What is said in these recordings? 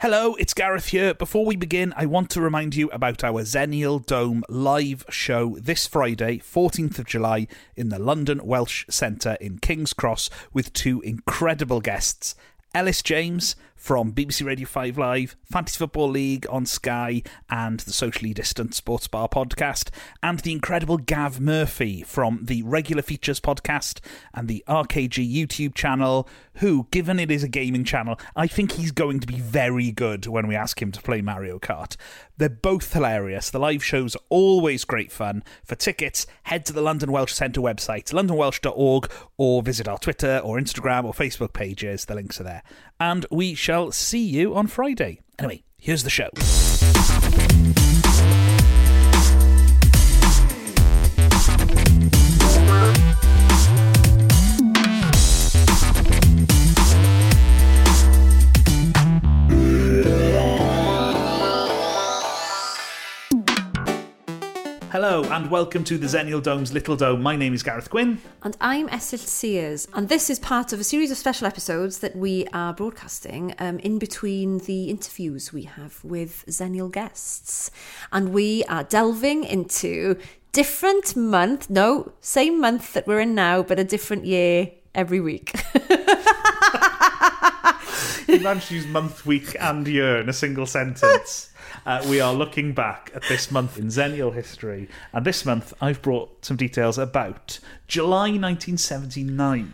Hello, it's Gareth here. Before we begin, I want to remind you about our Zenial Dome live show this Friday, 14th of July, in the London Welsh Centre in King's Cross with two incredible guests. Ellis James from BBC Radio 5 Live, Fantasy Football League on Sky, and the Socially Distant Sports Bar podcast, and the incredible Gav Murphy from the Regular Features podcast and the RKG YouTube channel, who, given it is a gaming channel, I think he's going to be very good when we ask him to play Mario Kart. They're both hilarious. The live shows are always great fun. For tickets, head to the London Welsh Centre website, londonwelsh.org, or visit our Twitter or Instagram or Facebook pages. The links are there. And we shall see you on Friday. Anyway, here's the show. Hello and welcome to the Zenial Dome's Little Dome. My name is Gareth Gwynn. And I'm Estelle Sears, and this is part of a series of special episodes that we are broadcasting um, in between the interviews we have with Zenial guests. And we are delving into different month, no, same month that we're in now, but a different year every week. You managed to use month, week, and year in a single sentence. Uh, we are looking back at this month in Zenial history, and this month I've brought some details about July 1979.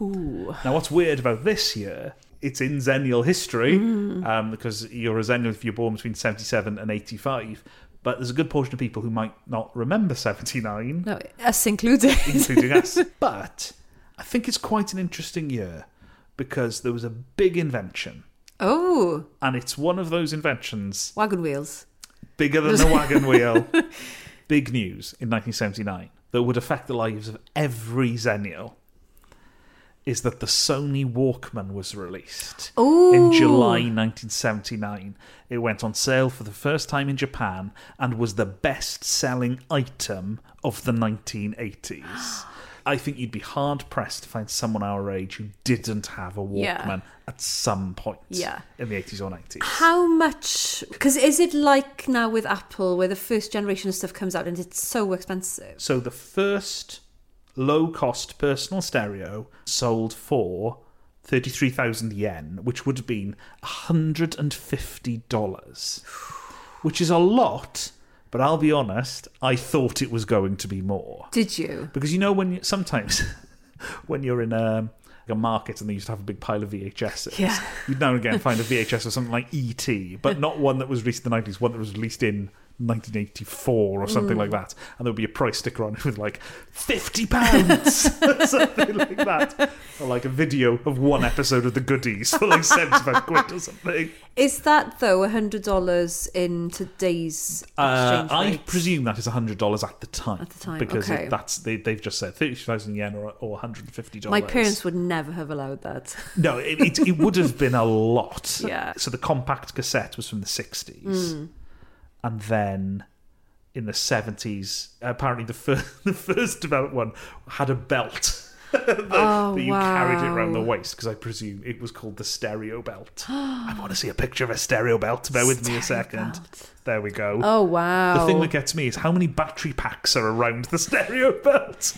Ooh. Now, what's weird about this year? It's in Zenial history um, because you're a Zenial if you're born between 77 and 85. But there's a good portion of people who might not remember 79 No, us included. including us. But I think it's quite an interesting year because there was a big invention, oh, and it's one of those inventions wagon wheels. bigger than the wagon wheel. Big news in 1979 that would affect the lives of every Xennial is that the Sony Walkman was released in Ooh. July 1979. It went on sale for the first time in Japan and was the best selling item of the 1980s. I think you'd be hard pressed to find someone our age who didn't have a Walkman Yeah. at some point Yeah. in the 80s or 90s. How much? Because is it like now with Apple, where the first generation of stuff comes out and it's so expensive? So the first low cost personal stereo sold for 33,000 yen, which would have been $150, which is a lot, but I'll be honest, I thought it was going to be more. Did you? Because you know, when you, sometimes when you're in a, a market and they used to have a big pile of VHSs, Yeah. you'd now and again find a VHS or something like ET, but not one that was released in the 90s, one that was released in 1984 or something Mm. like that. And there would be a price sticker on it with like £50, pounds," something like that. Or like a video of one episode of The Goodies for like 75 quid or something. Is that though hundred dollars in today's Uh, exchange I rate? presume that is hundred dollars at the time. At the time, because okay. it, that's they, they've just said thirty thousand yen or, or one hundred and fifty dollars. My parents would never have allowed that. No, it, it, it would have been a lot. Yeah. Mm. So the compact cassette was from the 60s. And then in the 70s, apparently the, fir- the first developed one had a belt that, Oh, that you carried it around the wow. waist because I presume it was called the stereo belt. I want to see a picture of a stereo belt. Bear with me a Stereo second. belt. There we go. Oh wow! The thing that gets me is how many battery packs are around the stereo belt.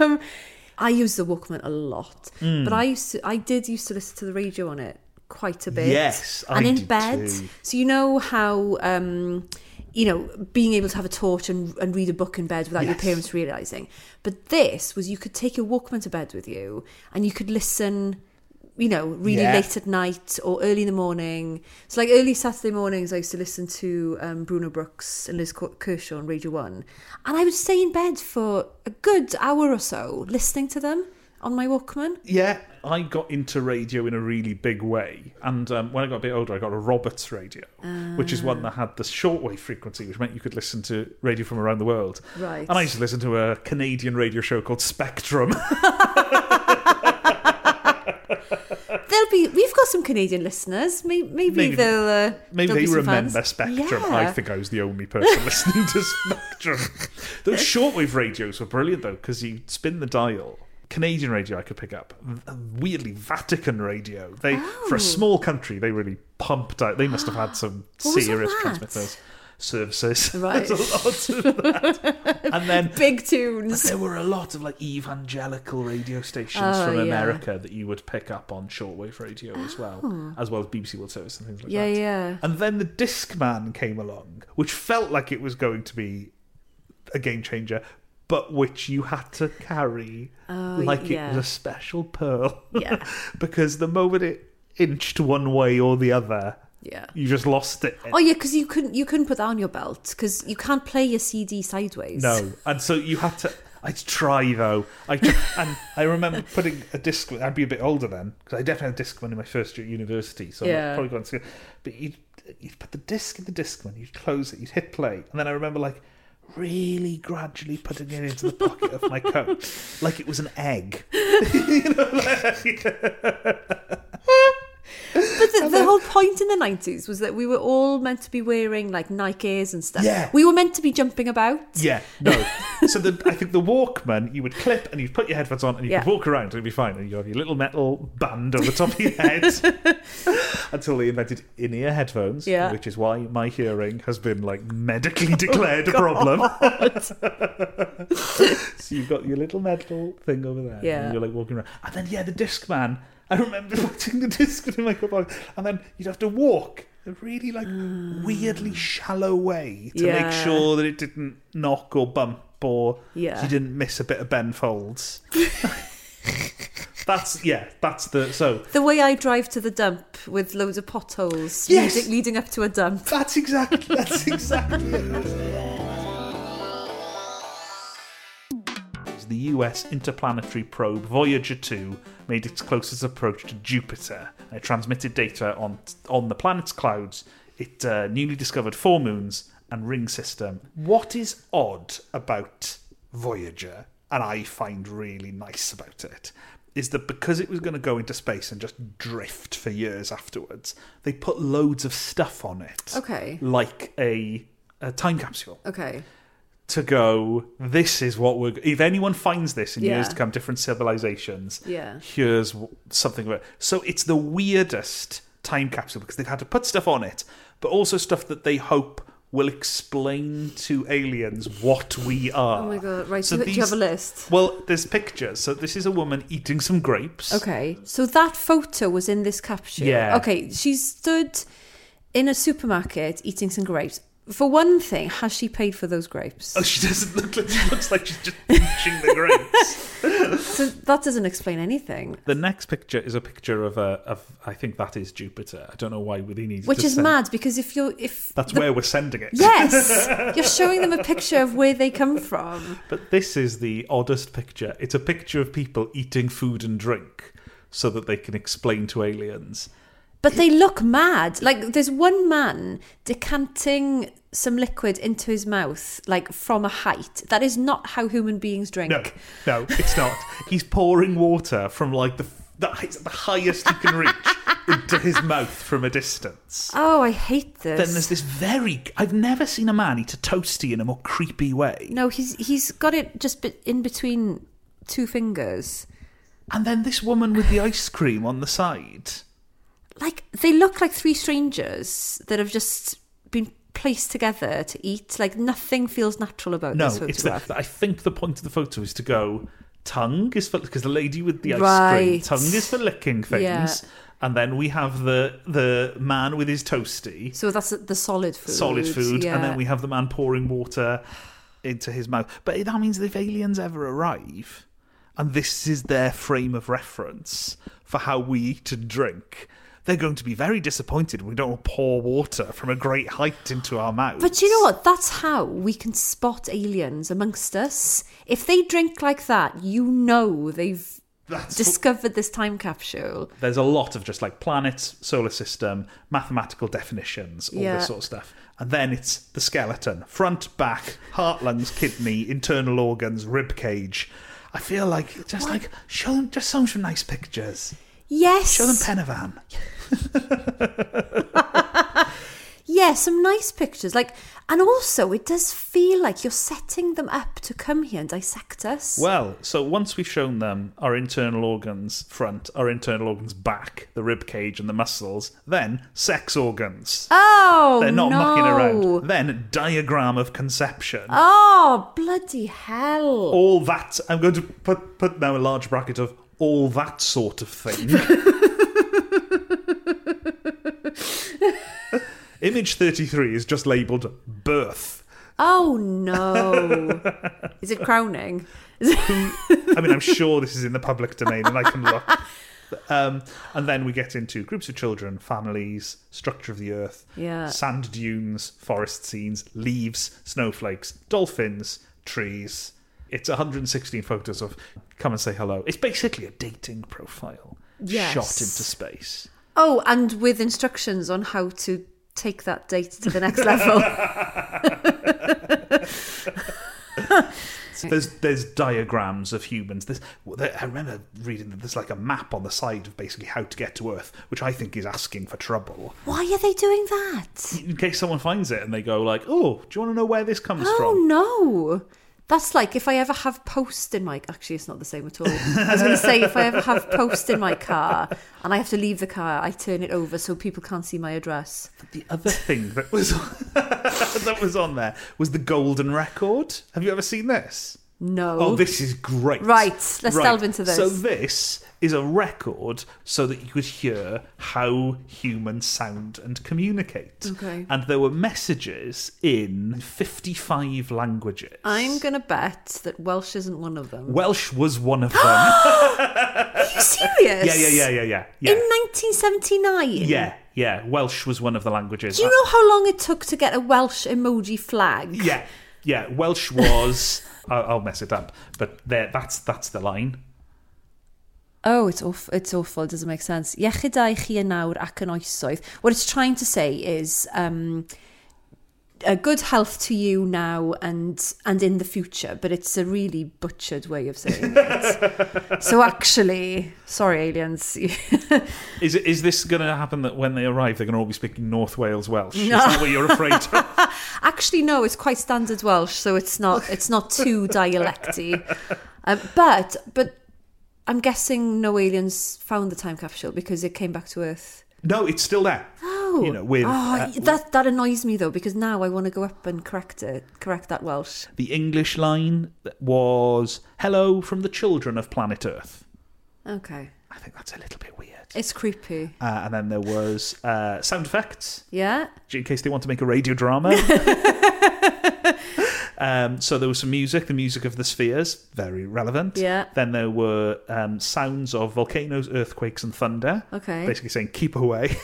um, I used the Walkman a lot, Hmm. but I used to, I did used to listen to the radio on it quite a bit. Yes, I and in did bed. too. So you know how. Um, you know, being able to have a torch and, and read a book in bed without your Yes. parents realizing. But this was you could take your Walkman to bed with you, and you could listen. You know, really Yeah. late at night or early in the morning. So, like early Saturday mornings, I used to listen to um, Bruno Brooks and Liz Kershaw on Radio One, and I would stay in bed for a good hour or so listening to them on my Walkman. Yeah, I got into radio in a really big way, and um, when I got a bit older, I got a Roberts radio, which is one that had the shortwave frequency, which meant you could listen to radio from around the world. Right. And I used to listen to a Canadian radio show called Spectrum. There'll be we've got some Canadian listeners. Maybe maybe, Maybe- they'll uh, Maybe there'll be they some remember fans. Spectrum. Yeah. I think I was the only person listening to Spectrum. Those shortwave radios were brilliant though, because you spin the dial. Canadian radio I could pick up. Weirdly, Vatican radio. They Oh. for a small country, they really pumped out. They must have had some What was serious that? transmitters services. Right. There's a lot of that. and then Big tunes. there were a lot of like evangelical radio stations Oh, from yeah. America that you would pick up on shortwave radio as well, as well as BBC World Service and things like Oh. Yeah, that. yeah. And then the Discman came along, which felt like it was going to be a game changer, but which you had to carry like Oh, yeah. it was a special pearl. Yeah. because the moment it inched one way or the other, Yeah. you just lost it. Oh yeah, because you couldn't you couldn't put that on your belt because you can't play your CD sideways. No, and so you had to. I'd try though. I tr- and I remember putting a disc. I'd be a bit older then because I definitely had a discman in my first year at university, so Yeah. I probably going to. But you'd, you'd put the disc in the discman, you'd close it, you'd hit play, and then I remember like really gradually putting it into the pocket of my coat, like it was an egg. You know, like- But the, the whole point in the nineties was that we were all meant to be wearing like Nikes and stuff. Yeah. We were meant to be jumping about. Yeah, no. So the, I think the Walkman, you would clip and you'd put your headphones on and you Yeah. could walk around and it'd be fine. And you have your little metal band over the top of your head until they invented in-ear headphones, Yeah. Oh, which is why my hearing has been like medically declared a problem. so you've got your little metal thing over there, Yeah. and you're like walking around, and then yeah, the disc man. I remember watching the disc in my box, and then you'd have to walk. A really like weirdly shallow way to Mm. Yeah. make sure that it didn't knock or bump or Yeah. you didn't miss a bit of Ben Folds. that's yeah, that's the so The way I drive to the dump with loads of potholes Yes. leading, leading up to a dump. that's exactly that's exactly it. The US interplanetary probe Voyager 2 made its closest approach to Jupiter. It transmitted data on on the planet's clouds. It uh, newly discovered four moons and ring system. What is odd about Voyager, and I find really nice about it, is that because it was going to go into space and just drift for years afterwards, they put loads of stuff on it. Okay. Like a, a time capsule Okay. to go. This is what we're. If anyone finds this in years Yeah. to come, different civilizations. Yeah. Here's w- something about. So it's the weirdest time capsule because they've had to put stuff on it, but also stuff that they hope will explain to aliens what we are. Oh my god. Right. do, you- do you these- have a list? Well, there's pictures. So this is a woman eating some grapes. Okay. So that photo was in this caption. Yeah. Okay. She stood in a supermarket eating some grapes. For one thing, has she paid for those grapes? Oh, she doesn't look like she looks like she's just pinching the grapes. So that doesn't explain anything. The next picture is a picture of a of I think that is Jupiter. I don't know why they needed Which to is send- mad because if you're if That's where we're sending it. yes, you're showing them a picture of where they come from. But this is the oddest picture. It's a picture of people eating food and drink so that they can explain to aliens. But they look mad. Like there's one man decanting some liquid into his mouth, like from a height. That is not how human beings drink. No, no, it's not. He's pouring water from like the the, hi- the highest you can reach into his mouth from a distance. Oh, I hate Then there's this. this very. I've never seen a man eat a toasty in a more creepy way. No, he's he's got it just be- in between two fingers. And then this woman with the ice cream on the side. Like they look like three strangers that have just been placed together to eat. Like nothing feels natural about No, this it's the, photograph. I think the point of the photo is to go tongue is for because the lady with the ice cream Right. tongue is for licking things, Yeah. and then we have the the man with his toasty So that's the solid food. solid food, yeah. and then we have the man pouring water into his mouth. But that means that if aliens ever arrive, and this is their frame of reference for how we eat and drink. They're going to be very disappointed when we don't pour water from a great height into our mouths. But you know what? That's how we can spot aliens amongst us. If they drink like that, you know they've That's discovered this time capsule. there's a lot of just like planets, solar system, mathematical definitions, all Yeah. this sort of stuff. And then it's the skeleton front, back, heart, lungs, kidney, internal organs, rib cage. I feel like just like show them just show them some nice pictures. Yes. Show them Penavan. yeah, yeah, some nice pictures. Like, and also it does feel like you're setting them up to come here and dissect us. Well, so once we've shown them our internal organs front, our internal organs back, the rib cage and the muscles, then sex organs. oh, They're not no. mucking around. Then diagram of conception. Oh, bloody hell! all that I'm going to put put now a large bracket of all that sort of thing. Image 33 is just labelled birth. Oh no! Is it crowning? I mean, I'm sure this is in the public domain and I can look. Um, and then we get into groups of children, families, structure of the earth, Yeah. sand dunes, forest scenes, leaves, snowflakes, dolphins, trees. It's 116 photos of come and say hello. It's basically a dating profile Yes. shot into space. Oh, and with instructions on how to take that date to the next level. There's there's diagrams of humans. There's, well, there- I remember reading that there's like a map on the side of basically how to get to Earth, which I think is asking for trouble. Why are they doing that? in case someone finds it and they go like, "Oh, do you want to know where this comes Oh from?" no! That's like if I ever have post in my. Actually, it's not the same at all. I was going to say if I ever have post in my car and I have to leave the car, I turn it over so people can't see my address. The other thing that was that was on there was the golden record. Have you ever seen this? No. Oh, this is great. Right, let's delve into this. So this is a record so that you could hear how humans sound and communicate. Okay. And there were messages in 55 languages. I'm going to bet that Welsh isn't one of them. Welsh was one of them. yeah, Are you serious? yeah, yeah, yeah, yeah. Yeah. In 1979. yeah, yeah. Welsh was one of the languages. Do you know how long it took to get a Welsh emoji flag? Yeah, yeah. Welsh was. oh, I'll, I'll mess it up, but there. That's that's the line. Oh, it's awful. It's awful. It doesn't make sense. Iechydau chi yn nawr ac yn oesoedd. What it's trying to say is um, a good health to you now and and in the future, but it's a really butchered way of saying it. so actually, sorry aliens. Is it- is this going to happen that when they arrive they're going to all be speaking North Wales Welsh? Is that what you're afraid of? actually, no, it's quite standard Welsh, so it's not it's not too dialecty. Um, but but I'm guessing no aliens found the time capsule because it came back to Earth. No, it's still there. Oh, you know, with Oh, uh, that that annoys me though because now I want to go up and correct it, correct that Welsh. the English line that was "Hello from the children of planet Earth." Okay, I think that's a little bit weird. it's creepy. Uh, and then there was uh, sound effects. Yeah. in case they want to make a radio drama. um, so there was some music, the music of the spheres, very relevant. Yeah. Then there were um, sounds of volcanoes, earthquakes, and thunder. Okay. Basically saying, keep away.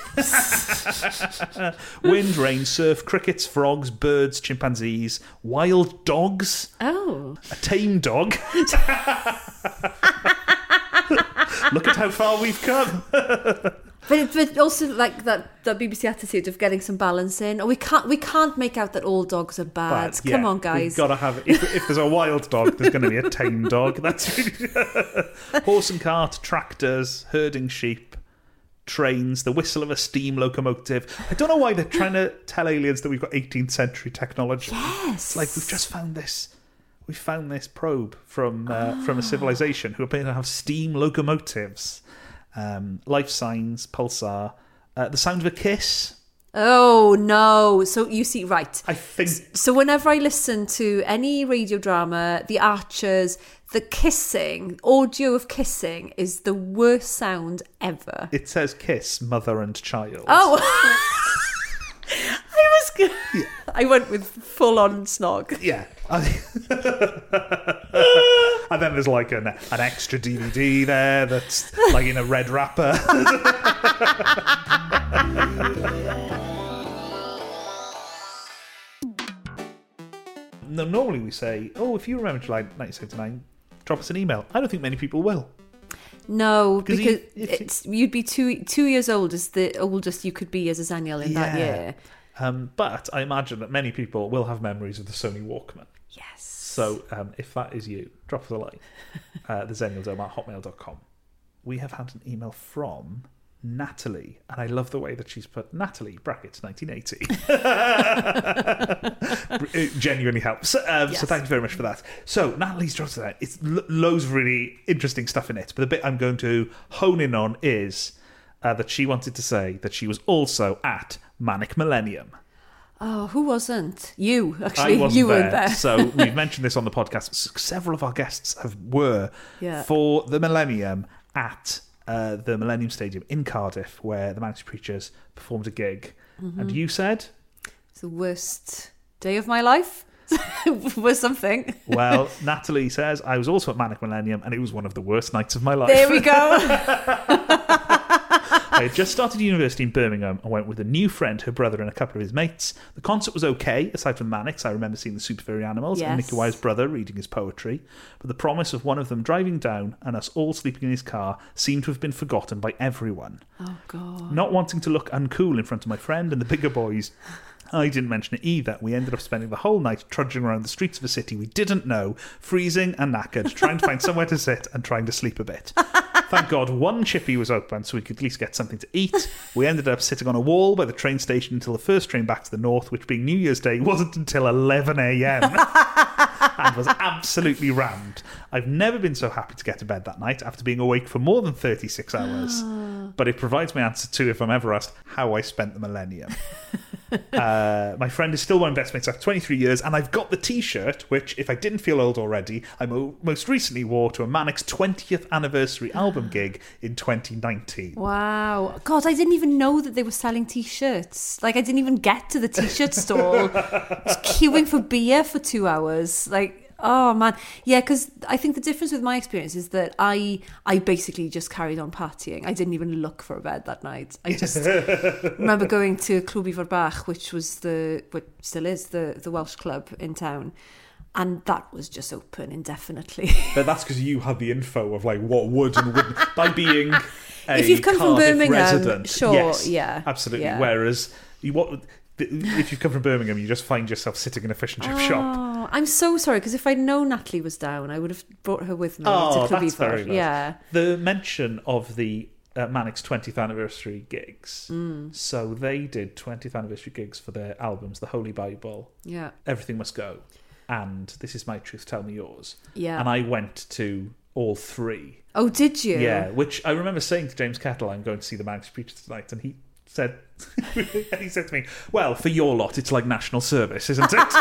Wind, rain, surf, crickets, frogs, birds, chimpanzees, wild dogs, Oh. a tame dog. Look at how far we've come. But, but also like that, that BBC attitude of getting some balance in. Oh, we can't we can't make out that all dogs are bad. But, Come yeah, on, guys. We've got to have if, if there's a wild dog, there's going to be a tame dog. That's horse and cart, tractors, herding sheep, trains, the whistle of a steam locomotive. I don't know why they're trying to tell aliens that we've got 18th century technology. yes. Like we've just found this. We found this probe from uh, Ah. from a civilization who appear to have steam locomotives, um, life signs, pulsar, uh, the sound of a kiss. Oh no. So you see, right. I think So whenever I listen to any radio drama, The Archers, the kissing, audio of kissing is the worst sound ever. It says kiss, mother and child. Oh, I was. Good. I went with full on snog. Yeah. I- and then there's like an, an extra DVD there that's like in a red wrapper. no, normally we say, oh, if you remember July 1979, drop us an email. I don't think many people will. No, Because because you- if you- it's you'd be two two years old is the oldest you could be as a Zaniel in that Yeah. year. Um, but I imagine that many people will have memories of the Sony Walkman. Yes. So um, if that is you, drop us a line. Uh, the at hotmail.com. We have had an email from Natalie, and I love the way that she's put Natalie brackets 1980. it genuinely helps. Um, Yes. So thank you very much for that. So Natalie's drawn to that. It's lo- loads of really interesting stuff in it, but the bit I'm going to hone in on is uh, that she wanted to say that she was also at Manic Millennium. Oh, who wasn't? You, I actually. wasn't you there, weren't there. so we've mentioned this on the podcast. S- Several of our guests have were Yeah. for the Millennium at uh, the Millennium Stadium in Cardiff, where the Manchester Preachers performed a gig. Mm-hmm. And you said, It's the worst day of my life was something. "Well, Natalie says I was also at Manic Millennium, and it was one of the worst nights of my life. There we go. I had just started university in Birmingham and went with a new friend, her brother, and a couple of his mates. The concert was okay, aside from Mannix. I remember seeing the Super Furry Animals and Yes. Nicky Wire's brother reading his poetry. But the promise of one of them driving down and us all sleeping in his car seemed to have been forgotten by everyone. oh, God. Not wanting to look uncool in front of my friend and the bigger boys, I didn't mention it either. We ended up spending the whole night trudging around the streets of a city we didn't know, freezing and knackered, trying to find somewhere to sit and trying to sleep a bit. Thank God one chippy was open so we could at least get something to eat. We ended up sitting on a wall by the train station until the first train back to the north, which being New Year's Day wasn't until 11 a.m and was absolutely rammed. I've never been so happy to get to bed that night after being awake for more than 36 hours. Ah. But it provides my answer to, if I'm ever asked, how I spent the millennium. uh, my friend is still one of my best mates after 23 years, and I've got the t shirt, which, if I didn't feel old already, I mo- most recently wore to a Manic's 20th anniversary Ah. album gig in 2019. Wow. God, I didn't even know that they were selling t shirts. Like, I didn't even get to the t shirt stall. Just queuing for beer for two hours. Like, oh, man. Yeah, because I think the difference with my experience is that I I basically just carried on partying. I didn't even look for a bed that night. I just remember going to Club Iver Bach, which was the, what still is, the, the Welsh club in town. And that was just open indefinitely. But that's because you had the info of like what would and wouldn't by being. A If you've come from Cardiff Birmingham, resident. sure, Yes, yeah, absolutely. yeah. Whereas you, what th- if you've come from Birmingham, you just find yourself sitting in a fish and chip shop. Oh, I'm so sorry because if I'd known Natalie was down, I would have brought her with me Oh, to Club that's Eva. very nice. Yeah. The mention of the uh, Manic's 20th anniversary gigs. Mm. So they did 20th anniversary gigs for their albums, The Holy Bible, Yeah. Everything Must Go, and This Is My Truth, Tell Me Yours. Yeah. And I went to all three. oh, did you? Yeah, which I remember saying to James Kettle, I'm going to see the Manx Preacher tonight, and he said, and he said to me, "Well, for your lot, it's like national service, isn't it?"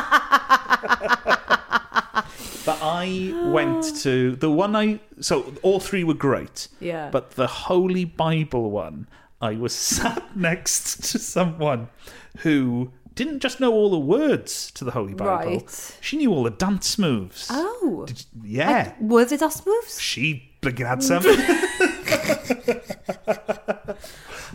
but I went to the one I so all three were great, Yeah. but the Holy Bible one, I was sat next to someone who didn't just know all the words to the Holy Bible. Right. She knew all the dance moves. Oh. Did you- yeah. Were there dust moves? She bloody had some.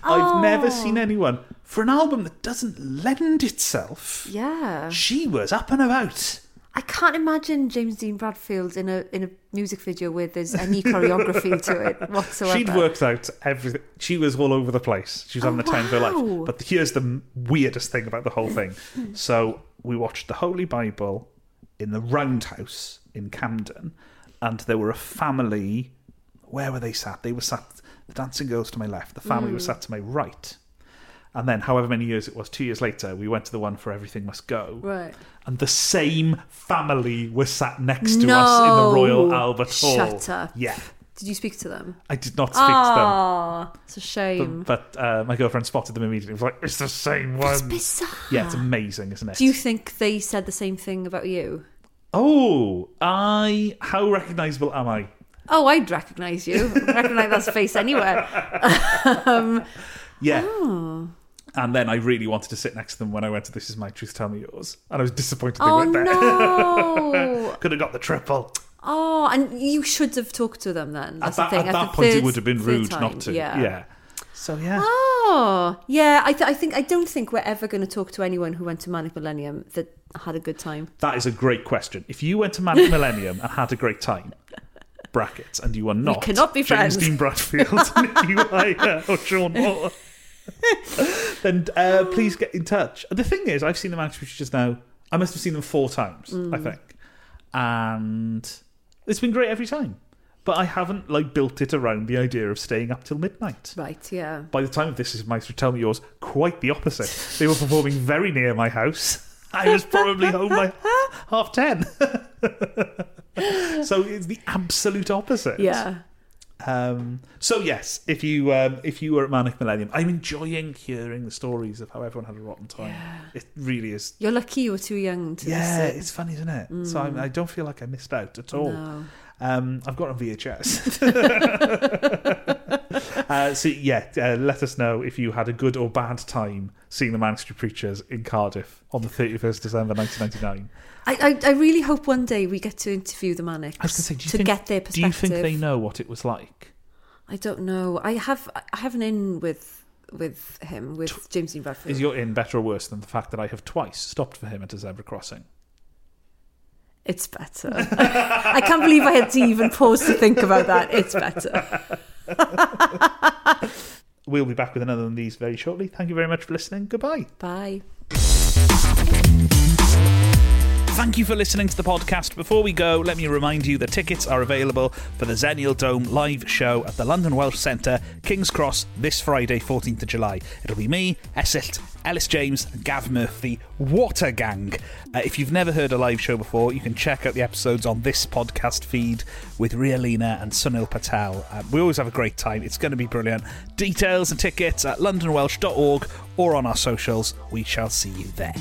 I've never seen anyone for an album that doesn't lend itself. Yeah. She was up and about. I can't imagine James Dean Bradfield in a in a music video where there's any choreography to it whatsoever. She'd worked out everything. She was all over the place. She was having Oh, the time of her wow. life. But here's the m- weirdest thing about the whole thing. so we watched the Holy Bible in the Roundhouse in Camden, and there were a family. Where were they sat? They were sat. The dancing girls to my left. The family was Hmm. sat to my right. And then, however many years it was, two years later, we went to the one for Everything Must Go. Right. And the same family was sat next to us in the Royal No. Albert Hall. Shut up. Yeah. Did you speak to them? I did not speak to them. Ah, it's a shame. But uh, my girlfriend spotted them immediately. Was like, "It's the same It's one." bizarre. Yeah, it's amazing, isn't it? Do you think they said the same thing about you? oh, I how recognisable am I? Oh, I'd recognise you. recognise that face anywhere. Yeah. Oh. And then I really wanted to sit next to them when I went to This Is My Truth, Tell Me Yours, and I was disappointed they Oh weren't there. no! Could have got the triple. Oh, and you should have talked to them then. That's at the that, thing. at that the point, it third- would have been third rude time, not to. Yeah. So yeah. Oh, yeah. I, th- I think I don't think we're ever going to talk to anyone who went to Manic Millennium that had a good time. That is a great question. If you went to Manic Millennium and had a great time, brackets, and you are not cannot be friends. James Dean Bradfield, Nicky Wire, or Sean Moore, then uh, please get in touch. The thing is, I've seen the Manic Pictures now. I Mm. must have seen them four times, I think, and it's been great every time. but I haven't like built it around the idea of staying up till midnight. Right, yeah. By the time of this is my tell me yours, quite the opposite. They were performing very near my house. I was probably home by half ten. so it's the absolute opposite. Yeah. Um, so yes, if you um, if you were at Manic Millennium, I'm enjoying hearing the stories of how everyone had a rotten time. It really is. You're lucky you were too young to Yeah, miss it. it's fun, isn't it? So I'm, I don't feel like I missed out at all. Mm. No. Um, I've got it on VHS. uh, so yeah, uh, let us know if you had a good or bad time seeing the Manic Street Preachers in Cardiff on the 31st December 1999. I, I, I really hope one day we get to interview the Manics I was going to say, do you to think, get their do perspective. you think they know what it was like? I don't know. I have I have an in with with him with James Dean Bradfield. Is your in better or worse than the fact that I have twice stopped for him at a zebra crossing? It's better. I can't believe I had to even pause to think about that. It's better. We'll be back with another one of these very shortly. Thank you very much for listening. Goodbye. Bye. Thank you for listening to the podcast. Before we go, let me remind you the tickets are available for the Zenial Dome live show at the London Welsh Centre, King's Cross, this Friday, 14th of July. It'll be me, Essilt, Ellis James, and Gav Murphy, Water Gang. Uh, if you've never heard a live show before, you can check out the episodes on this podcast feed with Rialina and Sunil Patel. Uh, we always have a great time. It's going to be brilliant. Details and tickets at londonwelsh.org or on our socials. We shall see you there.